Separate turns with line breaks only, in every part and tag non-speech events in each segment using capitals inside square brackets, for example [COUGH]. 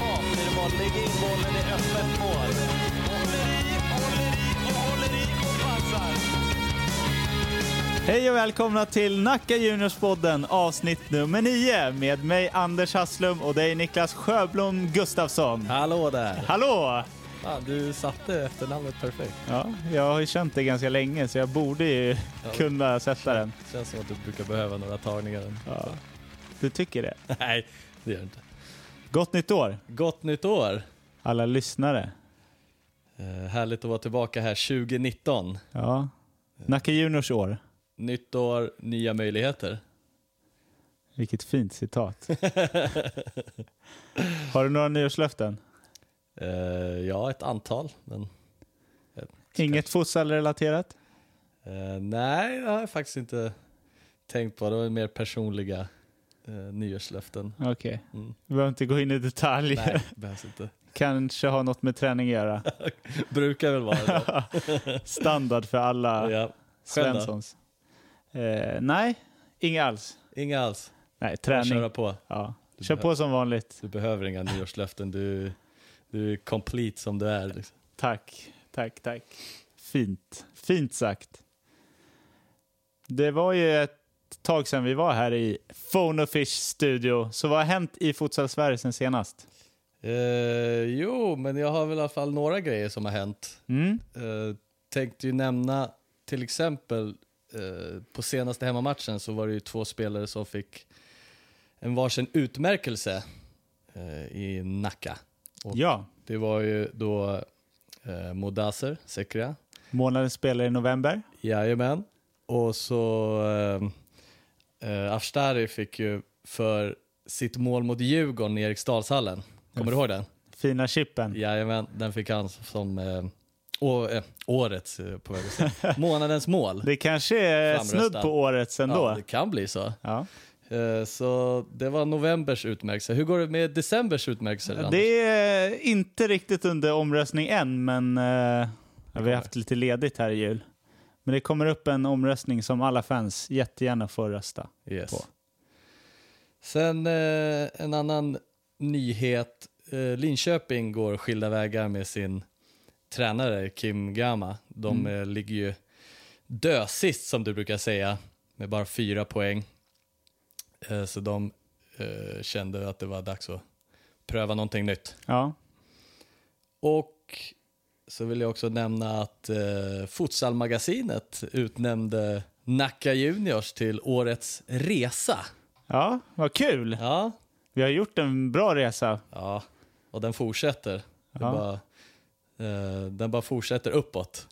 mål. Lägg in bollen i öppet mål. Håller i, håller i och håller i och passar.
Hej och välkomna till Nacka Juniors-podden avsnitt nummer 9 med mig Anders Hasslum och dig Niklas Sjöblom Gustafsson.
Hallå där!
Hallå!
Ja, du satte efternamnet perfekt.
Ja, jag har ju känt det ganska länge så jag borde ju kunna sätta den.
Känns som att du brukar behöva några tagningar.
Ja. Du tycker det?
[LAUGHS] Nej, det gör du inte.
Gott nytt år
Gott nytt år!
alla lyssnare.
Eh, härligt att vara tillbaka här 2019.
Ja. Nacka Juniors år.
Nytt år, nya möjligheter. [LAUGHS]
Vilket fint citat. Har du några nyårslöften?
Eh, ja, ett antal. Men,
Inget fotbollsrelaterat?
eh, nej, det har jag faktiskt inte tänkt på. Det var mer personliga eh, nyårslöften.
Okej.
Mm.
Vi behöver inte gå in i detalj.
Nej, behövs inte.
Kanske har något med träning
[LAUGHS]
att göra.
Brukar väl vara det.
Standard för alla
Ja. Själv då?
Svenssons. Eh, nej, inga alls.
Inga alls.
Nej,
Bara
träning.
Köra på.
Ja. Kör på som vanligt.
Du behöver inga nyårslöften. Du, du är complete som du är. Liksom.
Tack, tack, tack. Fint. Fint sagt. Det var ju ett tag sedan vi var här i Phone Fish studio. Så vad har hänt i Futsal Sverige sen senast?
Eh, jo, men jag har väl i alla fall några grejer som har hänt.
Mm?
Eh, tänkte ju nämna till exempel eh, på senaste hemmamatchen så var det ju två spelare som fick en varsin utmärkelse eh, i Nacka. Och-
Ja,
Det var ju då eh, Modaser Sekria
månadens spelare i november.
Jajamän. Och så eh, eh, Ashtari fick ju för sitt mål mot Djurgården i Eriksdalshallen. Kommer du ihåg den?
Fina chippen.
Jajamän, den fick han som eh, å, eh, årets, eh, på väg att säga. månadens mål.
Det kanske är
Framröstad.
snudd på årets
Ja,
ändå.
det kan bli så.
Ja.
Eh, så det var novembers utmärkelse. Hur går det med decembers utmärkelse? Anders?
Det är inte riktigt under omröstning än, men eh, ja, vi har haft lite ledigt här i jul. Men det kommer upp en omröstning som alla fans jättegärna får rösta.
Yes.
på.
Sen eh, en annan nyhet. Eh, Linköping går skilda vägar med sin tränare Kim Gama. De
Mm.
eh, ligger ju dösist som du brukar säga med bara fyra poäng. Eh, så de eh, kände att det var dags att pröva någonting nytt.
Ja.
Och så vill jag också nämna att eh, Futsalmagasinet utnämnde Nacka Juniors till årets resa.
ja, vad kul!
Ja,
Vi har gjort en bra resa.
Ja, och den fortsätter. Den,
Ja.
bara, eh, den bara fortsätter uppåt,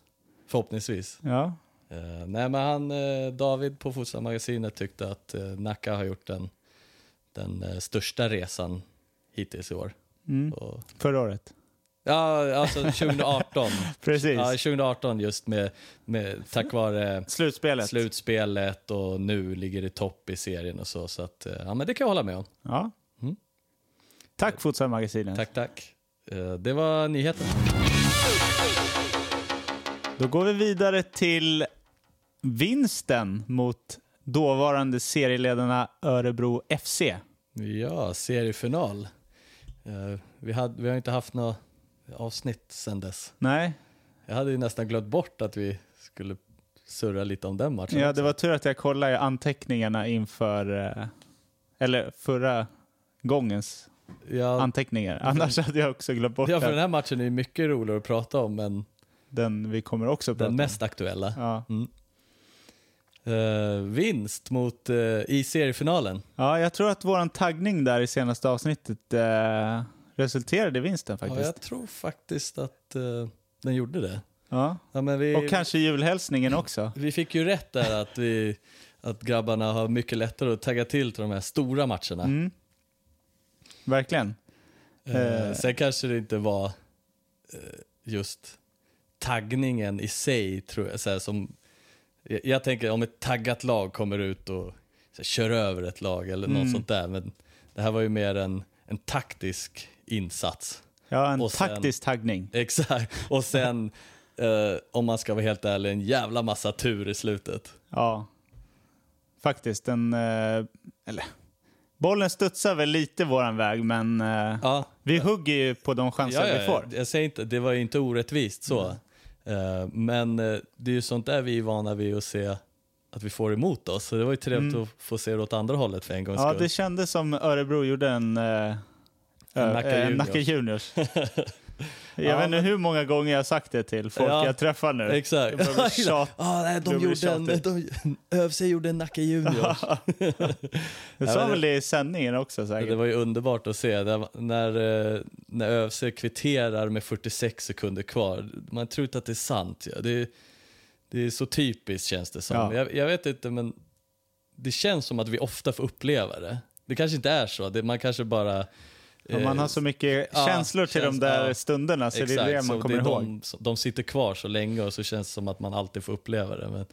förhoppningsvis.
Ja,
Eh, nej, men han, eh, David på Fotbollsmagasinet tyckte att eh, Nacka har gjort den, den eh, största resan hittills i år.
mm.
Och,
förra året.
ja, alltså 2018.
[LAUGHS] Precis.
ja, 2018 just med, med tack vare
Slutspelet.
slutspelet och nu ligger det topp i serien och så. Så att, eh, ja, men det kan jag hålla med om.
Ja.
Mm.
Tack Fotsalmagasinet.
Tack, tack. Eh, det var nyheten.
Då går vi vidare till vinsten mot dåvarande serieledarna Örebro FC.
Ja, seriefinal. Eh, vi, hade, vi har inte haft några avsnitt sen dess.
Nej,
Jag hade ju nästan glömt bort att vi skulle surra lite om den matchen.
Ja,
också.
det var tur att jag kollade i anteckningarna inför, eh, eller förra gångens
ja, Mm.
anteckningar. Annars hade jag också glömt bort
ja, för den
den.
här matchen är ju mycket roligare att prata om än
den vi kommer också prata
den
om.
mest aktuella.
Ja.
Eh, vinst mot, eh, i seriefinalen.
ja, jag tror att våran taggning där i senaste avsnittet eh, resulterade i vinsten
Ja,
faktiskt.
jag tror faktiskt att eh, den gjorde det.
Ja.
Ja, men vi,
Och kanske julhälsningen också.
vi fick ju rätt där att, vi, att grabbarna har mycket lättare att tagga till till de här stora matcherna.
Mm. Verkligen. Eh.
Eh, sen kanske det inte var eh, just taggningen i sig, tror jag. Så här, som, jag, jag tänker om ett taggat lag kommer ut och så här, kör över ett lag eller något sånt där. Men det här var ju mer en, en taktisk insats. [LAUGHS]
Ja, en
Och sen-
taktisk taggning.
Exakt. Och sen, eh, om man ska vara helt ärlig, en jävla massa tur i slutet.
Ja, faktiskt. En, eh, eller, Bollen studsar väl lite våran väg, men eh,
Ja,
vi hugger ju på de chanser
ja, ja,
vi får. Mm.
Jag säger inte, det var ju inte orättvist så. Eh, men eh, det är ju sånt där vi är vana vid att se att vi får emot oss. Så det var ju trevligt att få se det åt andra hållet för en gångs
Mm. Ja,
skull.
det kändes som Örebro gjorde en, eh,
En Nacka
eh, en
Juniors. [LAUGHS]
Nacka Juniors. jag
Ja,
vet inte hur många gånger jag sagt det till folk
Ja,
jag träffar nu.
Exakt.
Det
[LAUGHS]
börjar bli tjat.
ah, nej,
Det
de
blir
gjorde en,
tjatigt.
de, ÖFC gjorde en Nacka
[LAUGHS]
Junior. [LAUGHS]
Du
Ja,
sa
men
väl det i sändningen också säkert?
det var ju underbart att se. Det var, när, eh, när ÖFC kvitterar med 46 sekunder kvar. Man tror inte att det är sant. Ja. Det, är- det är så typiskt känns det som.
Ja.
Jag, jag vet inte men det känns som att vi ofta får uppleva det. Det kanske inte är så. Det, man kanske bara... eh,
Ja, man har så mycket
ja,
känslor till
känns-
de där
ja.
stunderna så Alltså, det är det man
så
kommer
är
ihåg.
De, de sitter kvar så länge och så känns det som att man alltid får uppleva det. Men,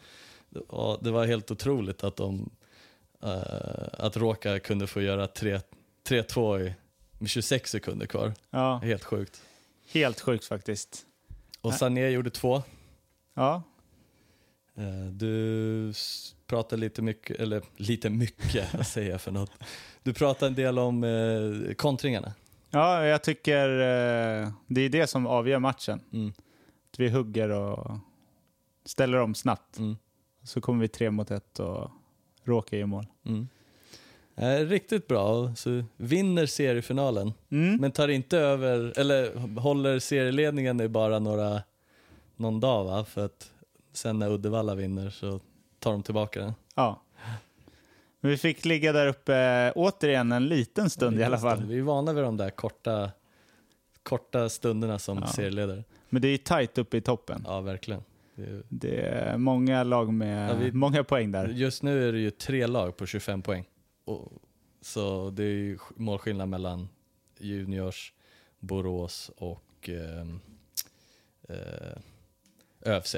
ja, det var helt otroligt att de eh, att Råka kunde få göra 3 3-2 i- med 26 sekunder kvar.
Ja,
Helt sjukt.
helt sjukt faktiskt.
Och Sané gjorde två.
Ja,
Eh, Du s- pratar lite mycket, eller lite mycket, vad säger jag för något? Du pratar en del om eh, kontringarna.
ja jag tycker eh, det är det som avgör matchen.
Mm.
Att vi hugger och ställer om snabbt.
Mm.
Så kommer vi tre mot ett och råkar i mål.
Mm. Eh, Riktigt bra, så vinner seriefinalen.
Mm.
Men tar inte över, eller håller serieledningen i bara några, någon dag va? För att sen när Uddevalla vinner så tar de tillbaka den.
Ja. Men Vi fick ligga där uppe eh, återigen en liten stund i alla fall.
Vi är vana vid de där korta, korta stunderna som
Ja.
serieledare.
Men det är ju tajt uppe i toppen.
Ja, verkligen. Det är,
Det är många lag med
Ja, vi-
många poäng där.
just nu är det ju tre lag på 25 poäng. Och, så det är ju sk- målskillnad mellan Juniors, Borås och ehm, eh, ÖFC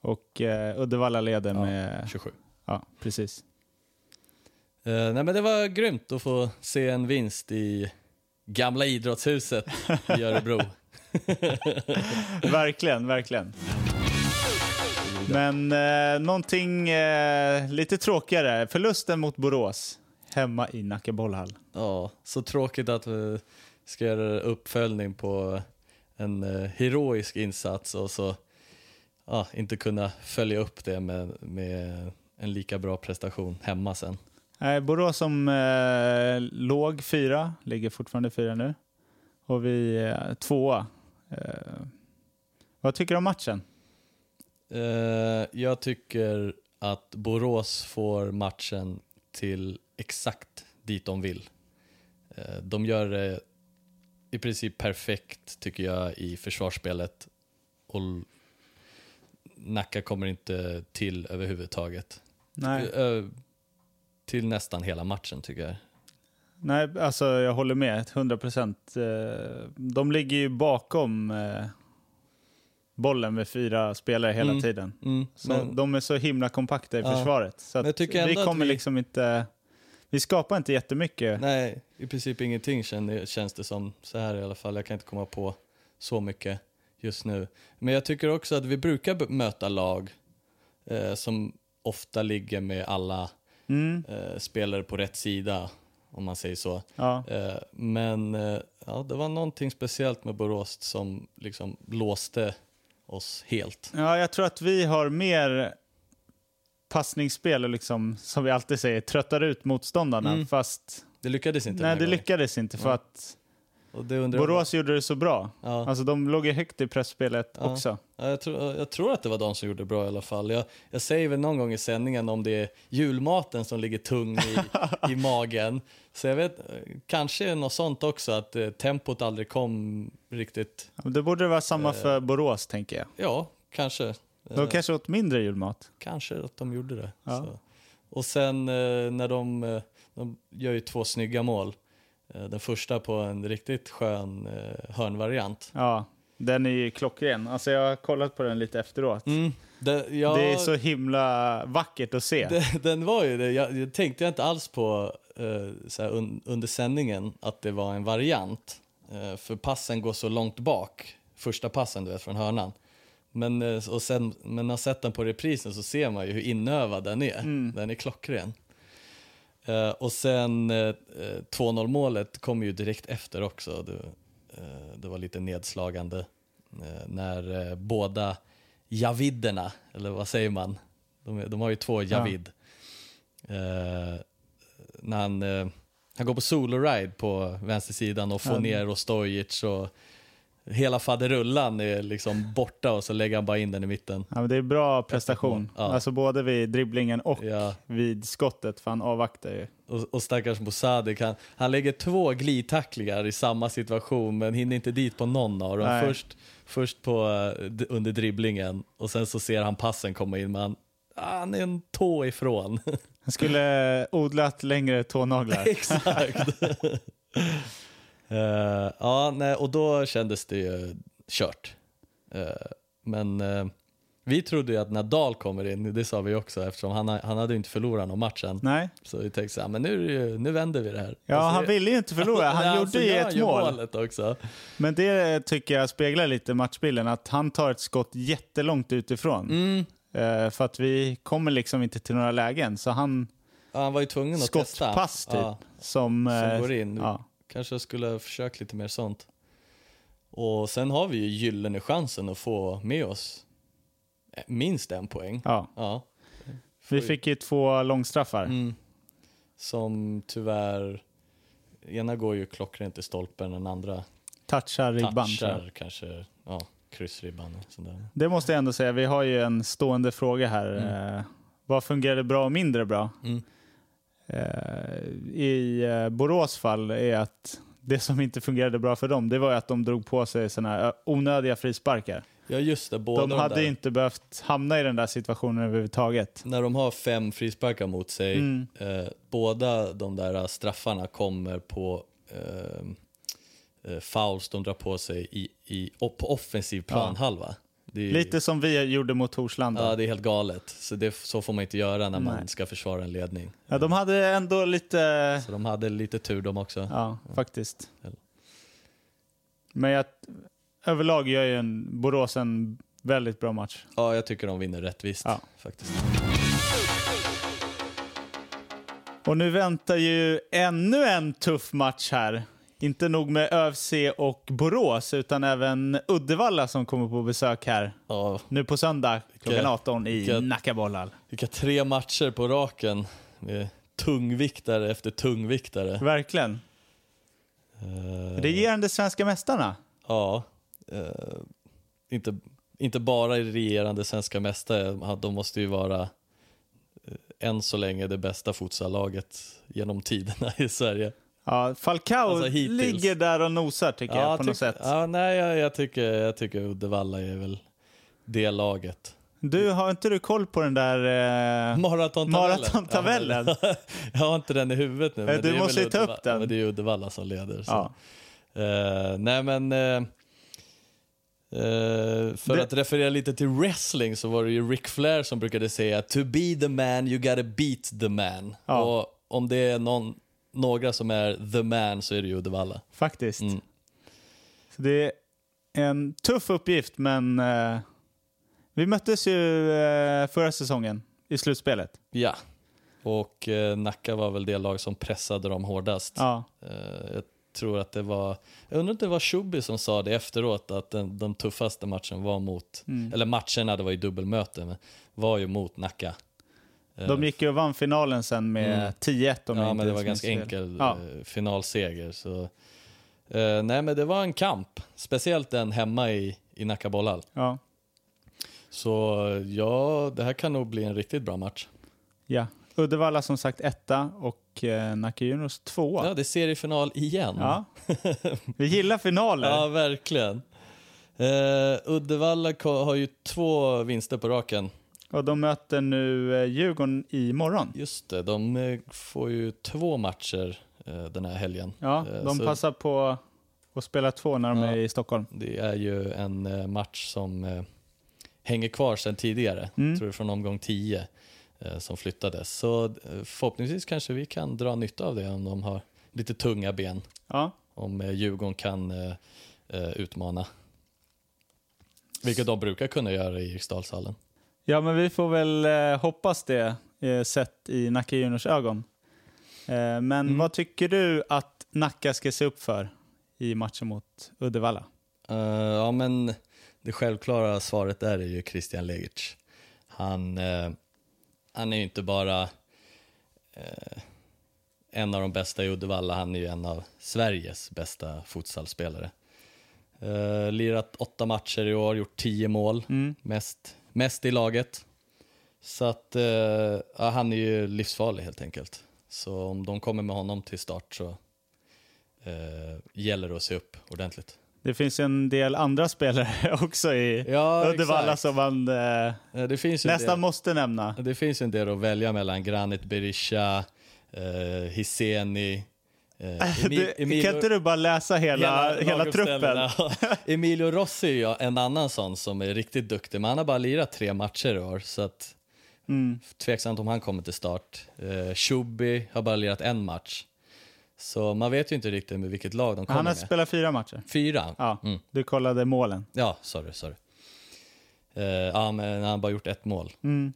Och eh, Uddevalla leder
Ja.
med...
27.
Ja, precis.
Eh, nej, men det var grymt att få se en vinst i gamla idrottshuset i Örebro.
Verkligen, verkligen. Men eh, någonting eh, lite tråkigare. Förlusten mot Borås hemma i Nacka bollhall.
ja, så tråkigt att vi ska göra uppföljning på en eh, heroisk insats och så ja, inte kunna följa upp det med, med en lika bra prestation hemma sen.
Nej, Borås som eh, låg fyra, ligger fortfarande fyra nu. Och vi eh, tvåa. Eh, vad tycker du om matchen?
Eh, jag tycker att Borås får matchen till exakt dit de vill. Eh, de gör det i princip perfekt tycker jag i försvarsspelet och l- Nacka kommer inte till överhuvudtaget.
Nej,
Eh, till nästan hela matchen tycker jag.
nej alltså jag håller med. 100 procent. Eh, de ligger ju bakom eh, bollen med fyra spelare hela
Mm.
tiden.
Mm,
Så
men,
de är så himla kompakta i
Ja.
försvaret. Så
Men jag
att
tycker ändå
vi
att
kommer
vi-
liksom inte... Vi skapar inte jättemycket.
Nej, i princip ingenting känner- känns det som så här i alla fall. Jag kan inte komma på så mycket just nu. Men jag tycker också att vi brukar b- möta lag eh, som ofta ligger med alla
Mm,
eh, spelare på rätt sida, om man säger så.
ja.
Eh, men eh, ja, det var någonting speciellt med Borås som liksom låste oss helt.
ja, jag tror att vi har mer passningsspel och liksom, som vi alltid säger, tröttar ut motståndarna.
Mm.
Fast
Det lyckades inte den
nej,
här
det
gången.
lyckades inte för
Ja.
att
Och det undrar jag-
Borås gjorde det så bra.
Ja.
Alltså de låg ju högt i pressspelet
Ja.
också.
Ja, jag, tror, jag tror att det var de som gjorde bra i alla fall. Jag, jag säger väl någon gång i sändningen om det är julmaten som ligger tung
[LAUGHS]
i, i magen. Så jag vet, eh, kanske är något sånt också, att eh, tempot aldrig kom riktigt.
Ja, men Det borde vara samma
Eh.
för Borås, tänker jag.
Ja, kanske. Eh,
De kanske åt mindre julmat.
Kanske att de gjorde det.
Ja.
Så. Och sen eh, när de, eh, de gör ju två snygga mål. Eh, Den första på en riktigt skön eh, hörnvariant.
Ja, den är ju klockren. Alltså jag har kollat på den lite efteråt.
Mm. Det, ja,
Det är så himla vackert att se.
Den, den var ju det. Jag, jag tänkte jag inte alls på eh, så här un, under sändningen att det var en variant. Eh, för passen går så långt bak, första passen du vet från hörnan. Men, eh, och sen, men när man sett den på reprisen så ser man ju hur inövad den är. Den är klockren. Eh, och sen eh, eh, 2-0 målet kom ju direkt efter också. Det, eh, det var lite nedslagande eh, när eh, båda javiderna, eller vad säger man? De, de har ju två javid. Eh, när han, eh, han går på solo-ride på vänstersidan och får
Ja.
ner Ostojic och hela faderullan är liksom borta och så lägger han bara in den i mitten.
Ja, men det är bra prestation.
Ja.
Alltså både vid dribblingen och
Ja.
vid skottet, för han avvaktar ju.
Och, och stackars Mosadik, han, han lägger två glidtacklingar i samma situation men hinner inte dit på någon av dem.
Nej.
Först, först på, eh, d- under dribblingen och sen så ser han passen komma in men han, ah, han är en tå
[LAUGHS]
ifrån.
Han skulle odlat
[LAUGHS]
längre tånaglar.
Exakt. Eh, ja, nej, och då kändes det ju kört. Eh, men eh, vi trodde ju att Nadal kommer in, det sa vi också eftersom han, ha- han hade ju inte förlorat någon match än.
Nej,
Så vi tänkte så här, men nu, är det ju- nu vänder vi det här.
ja,
Alltså,
han
det-
ville ju inte förlora. Han
[LAUGHS] Nej, alltså,
gjorde ju
jag
ett
gör
mål.
målet också.
Men det tycker jag speglar lite matchbilden, att han tar ett skott jättelångt utifrån.
Mm.
Eh, För att vi kommer liksom inte till några lägen. Så han,
Ja, han var ju tvungen att testa.
skottpass typ,
Ja, som
som, eh,
går in.
Ja.
Kanske jag skulle ha försökt lite mer sånt. Och sen har vi ju gyllene chansen att få med oss eh, minst en poäng.
Ja.
Ja.
Vi
Får-
fick ju två långstraffar.
Mm. Som tyvärr, ena går ju klockrent i stolpen, den andra
Touchar ribban. tror jag.
touchar kanske, ja, kryssribban och sådär.
Det måste jag ändå säga. Vi har ju en stående fråga här. Eh, vad fungerade bra och mindre bra?
Mm.
Eh, I eh, Borås fall är att det som inte fungerade bra för dem, det var ju att de drog på sig såna här eh, onödiga frisparkar.
Ja just det, båda
de hade
där,
ju inte behövt hamna i den där situationen överhuvudtaget.
när de har fem frisparkar mot sig,
Mm.
eh, båda de där straffarna kommer på ehm, eh, fouls de drar på sig i, i, och på offensiv planhalva. Det är,
Lite som vi gjorde mot Torslanda.
Ja, det är helt galet. Så, det, så får man inte göra när man
Nej.
ska försvara en ledning.
Ja, de hade ändå lite...
Så de hade lite tur de också.
Ja, faktiskt.
Eller-
Men jag, överlag gör ju en, Borås en väldigt bra match.
Ja, jag tycker de vinner rättvist
Ja.
faktiskt.
Och nu väntar ju ännu en tuff match här. Inte nog med ÖFC och Borås, utan även Uddevalla som kommer på besök här
Ja,
nu på söndag klockan
Vilka-
18 i
vilka-
Nackabollar.
vilka tre matcher på raken med tungviktare efter tungviktare.
Verkligen.
Eh,
Regerande svenska mästarna.
Ja. Eh, inte, inte bara regerande svenska mästare. De måste ju vara eh, än så länge det bästa futsallaget genom tiderna i Sverige.
Ja, Falcao
Alltså, hittills.
ligger där och nosar tycker jag på
tyck-
något sätt.
Ja, nej, jag, jag, tycker, jag tycker Uddevalla är väl det laget.
Du, har inte du koll på den där... Eh...
Maratontabellen.
Maratontabellen. Eh,
Ja, men- [LAUGHS] jag har inte den i huvudet nu. men
du
det är
måste
väl
ju ta upp
Uddevalla-
den.
ja, Men det är ju Uddevalla som leder. Så.
Ja.
Eh, nej men, eh, eh, för
Det-
att referera lite till wrestling så var det ju Ric Flair som brukade säga To be the man, you gotta beat the man.
Ja.
Och om det är någon, några som är the man så är det ju Uddevalla.
Faktiskt.
Mm.
Så det är en tuff uppgift, men eh, vi möttes ju eh, förra säsongen i slutspelet.
Ja. Och eh, Nacka var väl det lag som pressade dem hårdast.
Ja,
Eh, jag tror att det var, jag undrar om det var Schubi som sa det efteråt att den, de tuffaste matchen var mot,
Mm.
eller matcherna, det var ju dubbelmöte, men var ju mot Nacka. Eh,
de gick ju och vann finalen sen med
Mm.
10-1 om jag
ja,
inte
men det var
minns
ganska
fel.
enkel
Ja.
eh, finalseger. Så. Eh, nej, men det var en kamp, speciellt den hemma i, i Nacka Bollhall.
Ja,
Så eh, ja, det här kan nog bli en riktigt bra match.
ja. Uddevalla som sagt etta och eh, Nacka Juniors tvåa.
Ja, det är seriefinal igen.
Ja.
[LAUGHS]
Vi gillar finaler.
Ja, verkligen. Eh, Uddevalla ko- har ju två vinster på raken.
Och de möter nu eh, Djurgården imorgon.
Just det, de eh, får ju två matcher eh, den här helgen.
Ja,
Eh,
de
så
passar på att spela två när de
Ja.
är i Stockholm.
Det är ju en eh, match som eh, hänger kvar sedan tidigare,
Mm.
tror jag från omgång 10 eh, som flyttades. Så eh, förhoppningsvis kanske vi kan dra nytta av det om de har lite tunga ben,
Ja.
om eh, Djurgården kan eh, eh, utmana. Vilket de brukar kunna göra i Eriksdalshallen.
Ja, men vi får väl eh, hoppas det, eh, sett i Nacka Juniors ögon. Eh, Men
Mm.
vad tycker du att Nacka ska se upp för i matchen mot Uddevalla?
Eh, ja, men det självklara svaret där är ju Christian Legic. Han, eh, han är ju inte bara eh, en av de bästa i Uddevalla, han är ju en av Sveriges bästa futsalspelare. Uh, lirat åtta matcher i år, gjort tio mål, mest, mest i laget. Så att eh, ja, han är ju livsfarlig helt enkelt. Så om de kommer med honom till start så eh, gäller det att se upp ordentligt.
Det finns en del andra spelare [LAUGHS] också i [LAUGHS]
Ja,
Uddevalla
exakt.
som man eh,
Eh, Det finns ju en
nästan
del,
måste nämna.
det finns ju en del att välja mellan. Granit Berisha, eh, Hiseni, eh, Emi-
Du, Äh, kan inte du bara läsa hela, hela, truppen?
laguppställningarna. [LAUGHS] Emilio Rossi är ju en annan sån som är riktigt duktig, men han har bara lirat tre matcher i år. Så att,
Mm.
Tveksamt om han kommer till start. Eh, Chubby har bara lirat en match. Så man vet ju inte riktigt med vilket lag de kommer
Han har
med. Mm.
spelat fyra matcher.
Fyra?
Ja, Du kollade målen.
Ja, sorry, sorry. Eh, ja, men han har bara gjort ett mål.
Mm.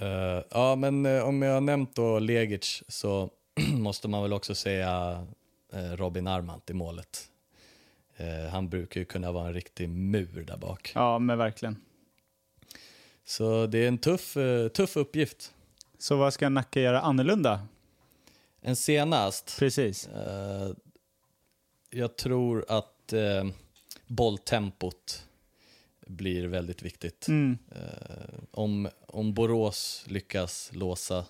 Eh, ja, men eh, om jag har nämnt då Legic så [CLEARS THROAT] måste man väl också säga eh, Robin Armant i målet. Eh, han brukar ju kunna vara en riktig mur där bak.
Ja, men verkligen.
Så det är en tuff, eh, tuff uppgift.
Så vad ska Nacka göra annorlunda?
En senast,
Precis.
eh, jag tror att eh, bolltempot blir väldigt viktigt.
Mm.
Eh, om, om Borås lyckas låsa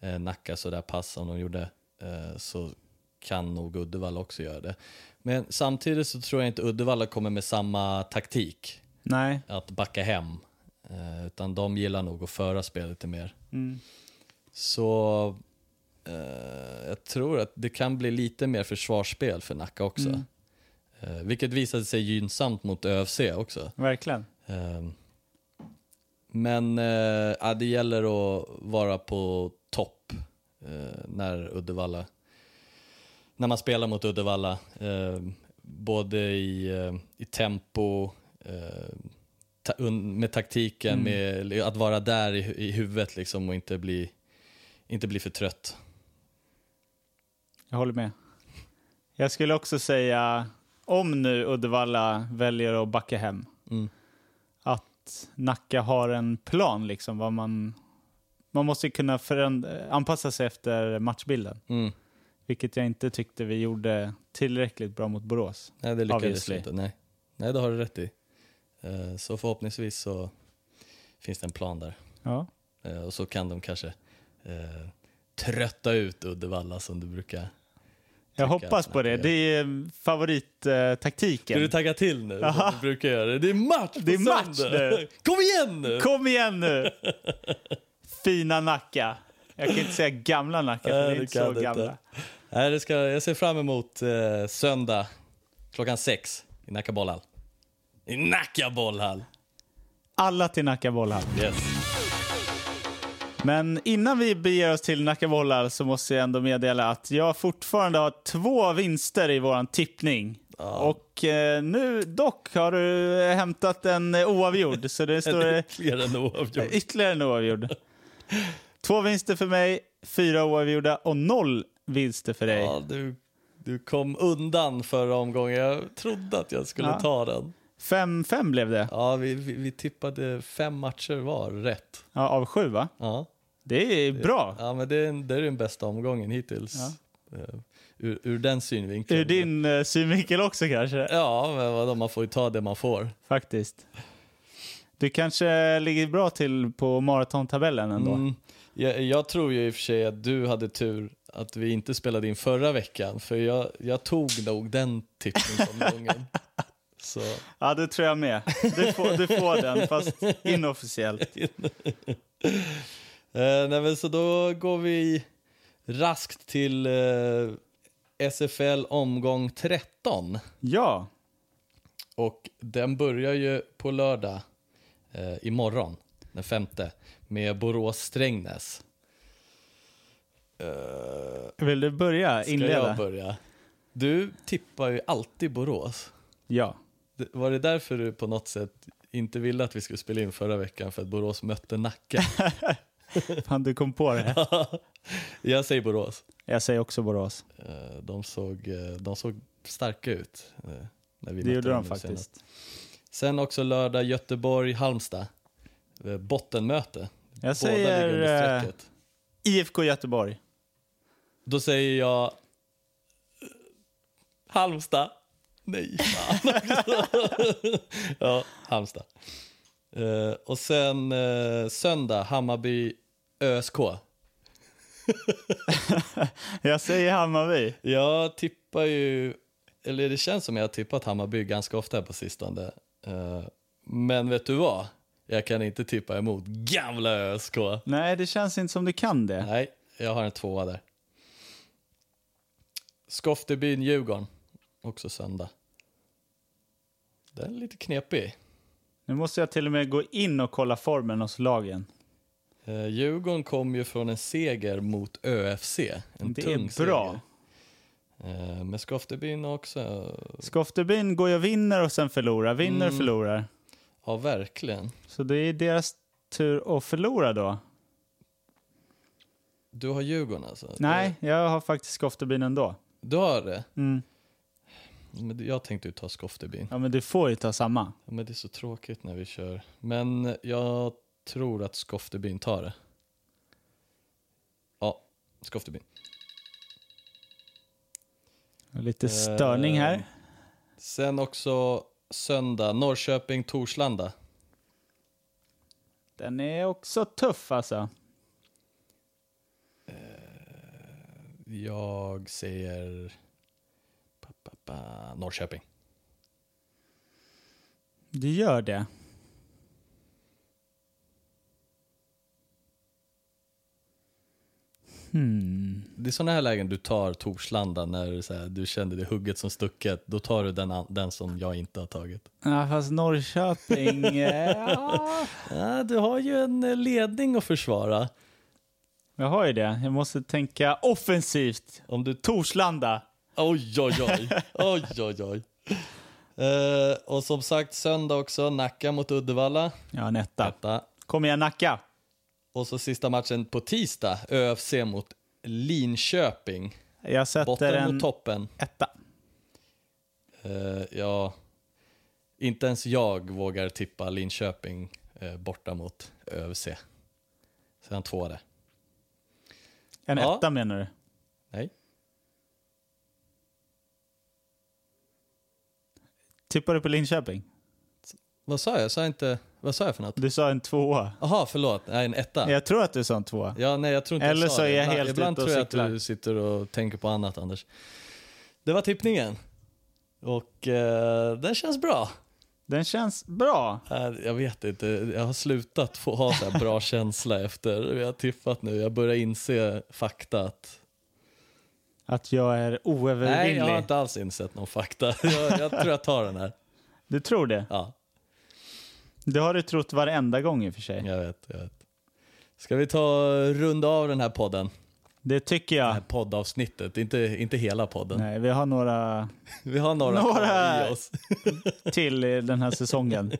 eh, Nacka så där pass som de gjorde eh, så kan nog Uddevalla också göra det. Men samtidigt så tror jag inte Uddevalla kommer med samma taktik,
Nej.
att backa hem. Eh, utan de gillar nog att föra spelet lite mer.
Mm.
Så eh, jag tror att det kan bli lite mer försvarsspel för Nacka också. Eh, vilket visade sig gynnsamt mot ÖFC också.
Verkligen.
Ehm, Men eh, ja, det gäller att vara på topp eh, när Uddevalla när man spelar mot Uddevalla. Eh, både i, eh, i tempo, eh, ta, un, med taktiken, med att vara där i, hu- i huvudet liksom och inte bli, inte bli för trött.
Jag håller med. Jag skulle också säga, om nu Uddevalla väljer att backa hem,
Mm.
att Nacka har en plan. Liksom, vad man, man måste kunna föränd- anpassa sig efter matchbilden,
Mm.
vilket jag inte tyckte vi gjorde tillräckligt bra mot Borås.
Nej, det lyckades
Obviously.
vi inte. Nej. Nej, det har du rätt i. Eh, så förhoppningsvis så finns det en plan där.
Ja.
Eh, Och så kan de kanske eh, trötta ut Uddevalla som du brukar. Tycker
Jag hoppas
att
på det.
Nacka
Det är mm,
Ska du
favorittaktiken.
tagga till nu?
Aha.
Som du brukar göra. Det är match på
Det är match
söndag.
nu.
[LAUGHS] Kom igen nu!
Kom
[LAUGHS]
igen nu! Fina Nacka. Jag kan inte säga gamla Nacka, för
Nej,
det är
det
inte
kan du
så
inte.
gamla.
Nej, det ska, jag ser fram emot eh, söndag klockan sex i Nacka bollhall. I Nacka bollhall!
Alla till Nacka bollhall.
Yes.
Men innan vi beger oss till Nacka bollar så måste jag ändå meddela att jag fortfarande har två vinster i våran tippning. Och eh, nu dock har du eh, hämtat en eh, oavgjord, så [LAUGHS] det står
[LAUGHS]
eh,
Ytterligare en oavgjord.
ytterligare en oavgjord. Två vinster för mig, fyra oavgjorda och noll vinster för dig.
Ja, du, du kom undan förra omgången. Jag trodde att jag skulle
Ja.
ta den.
5-5 blev det,
Ja, vi, vi, vi tippade fem matcher var rätt.
ja, av sju va?
Ja.
Det är bra.
Ja, men det är, det är den bästa omgången hittills. Eh, Ur, ur den synvinkeln.
Ur din eh, synvinkel också kanske?
Ja, men vadå, man får ju ta det man får.
Faktiskt. Du kanske ligger bra till på maratontabellen ändå.
Mm. Jag, jag tror ju i och för sig att du hade tur att vi inte spelade in förra veckan, för jag, jag tog nog den tippningsomgången. Så,
Ja, det tror jag med. Du får, du får den, fast inofficiellt.
eh, nej, men så då går vi raskt till eh, SFL omgång 13.
Ja,
Och den börjar ju på lördag eh, imorgon, den femte, med Borås-Strängnäs. Eh,
vill du börja?
ska jag
Inleda?
börja? Du tippar ju alltid Borås.
Ja.
Det- Var det därför
[LAUGHS]
du på något sätt inte ville att vi skulle spela in förra veckan för att Borås mötte Nacka?
Fan, du kom på det.
Jag säger Borås.
Jag säger också Borås.
Eh, De såg, eh, de såg starka ut. eh, När vi
Det
mötte
gjorde
dem
de
nu senast.
faktiskt.
Sen också lördag Göteborg-Halmstad. Eh, Bottenmöte.
Jag
Båda ligger under
säger eh,
strecket.
IFK Göteborg.
Då säger jag eh, Halmstad. Nej, fan. [LAUGHS] ja, Halmstad. Eh, och sen eh, söndag, Hammarby ÖSK.
Jag säger Hammarby.
Jag tippar ju, eller det känns som jag har tippat Hammarby ganska ofta här på sistone. Eh, men vet du vad? Jag kan inte tippa emot gamla ÖSK.
Nej, det känns inte som du kan det.
Nej, jag har en tvåa där. Skoftebyn Djurgården, också söndag. Den är lite knepig.
Nu måste jag till och med gå in och kolla formen hos lagen.
Eh, Djurgården kom ju från en seger mot ÖFC. En
Det
tung
är bra.
seger. Eh, men Skoftebyn har också,
Skoftebyn går ju och vinner och sen förlorar, vinner och
Mm.
förlorar.
ja verkligen.
Så det är deras tur att förlora då.
Du har Djurgården alltså?
Nej, jag har faktiskt Skoftebyn ändå.
Du har det?
Mm.
Men jag tänkte ju ta Skoftebyn.
Ja, men du får ju ta samma.
Men det är så tråkigt när vi kör. Men jag tror att Skoftebyn tar det. Ja, Skoftebyn.
Lite störning här.
Eh, Sen också söndag, Norrköping-Torslanda.
Den är också tuff alltså.
Jag säger pa, pa, pa, Norrköping.
Du gör det. Hmm.
Det är sådana här lägen du tar Torslanda när så här, du kände det hugget som stucket. Då tar du den, an- den som jag inte har tagit.
Ja, fast
[LAUGHS]
Norrköping... eh, ja.
Ja, du har ju en eh, ledning att försvara.
Jag har ju det. Jag måste tänka offensivt.
Om du
Torslanda.
Oj, oj, oj. oj, oj, oj. Eh, och som sagt, söndag också, Nacka mot Uddevalla.
Ja, en etta.
Detta.
Kom igen, Nacka.
Och så sista matchen på tisdag, ÖFC mot Linköping.
Jag sätter
Botten
en
mot toppen.
etta.
Eh, ja, inte ens jag vågar tippa Linköping eh, borta mot ÖFC. Sen två där.
En
Ja.
etta menar du?
Nej,
Tippar du på Linköping?
vad sa jag? Sa jag inte, vad sa jag för något?
Du sa en tvåa.
Jaha, förlåt. Nej, en etta.
Jag tror att du sa en tvåa.
Ja, nej, jag tror inte
Eller
jag sa
så är
det.
jag
Ibland- Ibland
helt ute och
tror jag att
cyklar.
du sitter och tänker på annat, Anders. Det var tippningen. Och eh, den känns bra.
Den känns bra.
Eh, jag vet inte, jag har slutat få ha så här
[LAUGHS]
bra känsla efter vi har tippat nu. Jag börjar inse fakta att...
Att jag är
Nej, jag har
oövervinnlig.
inte alls insett någon fakta. [LAUGHS] Jag, jag tror jag tar den här.
Du tror det?
Ja,
Det har du trott varenda gång i och för sig.
jag vet, jag vet. Ska vi ta runda av den här podden?
Det tycker
Det
jag.
här poddavsnittet, inte, inte hela podden.
Nej, vi har några
Vi har några,
Några-
kvar i oss.
till i den
[LAUGHS]
här säsongen.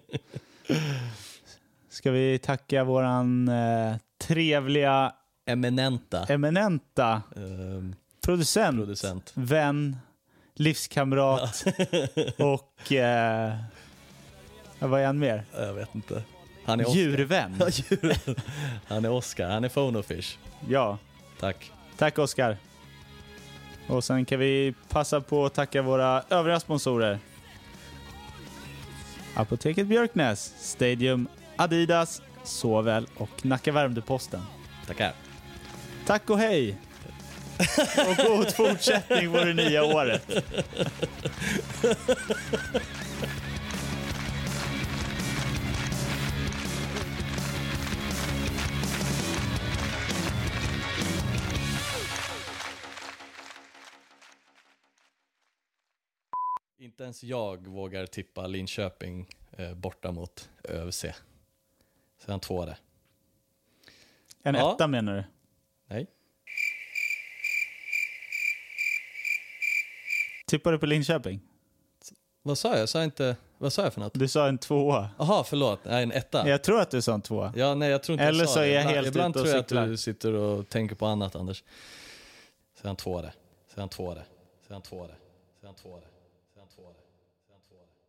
Ska vi tacka våran eh, trevliga,
Eminenta.
eminenta
Ehm,
producent,
producent.
vän, livskamrat
[LAUGHS]
och... Eh, vad är han mer?
Ja, Jag vet inte. Han är Oscar.
Djurvän.
Ja, djur. [LAUGHS] Han är Oscar, han är Phonofish.
Ja.
Tack.
Tack Oskar. Och sen kan vi passa på att tacka våra övriga sponsorer. Apoteket Björknäs, Stadium, Adidas, Såväl och Nacka Värmdöposten.
Tackar.
Tack
[LAUGHS]
och hej! Och god fortsättning på det nya året.
Inte ens jag vågar tippa Linköping eh, borta mot ÖFC. Sen två där.
En
Ja.
etta menar du?
Nej,
Tippar du på Linköping?
vad sa jag? Sa jag inte... Vad sa jag för något?
Du sa en tvåa.
Jaha, förlåt. Nej, en etta.
Jag tror att du sa en tvåa.
Ja, nej, jag tror inte
Eller
jag sa
så är
det.
jag
Ibland-
helt
Ibland
ute och
tror jag att du
cyklar.
sitter och tänker på annat, Anders. Sedan två det. Sedan två det. Sedan två det. Sedan två det. Sedan två det. Sedan två det.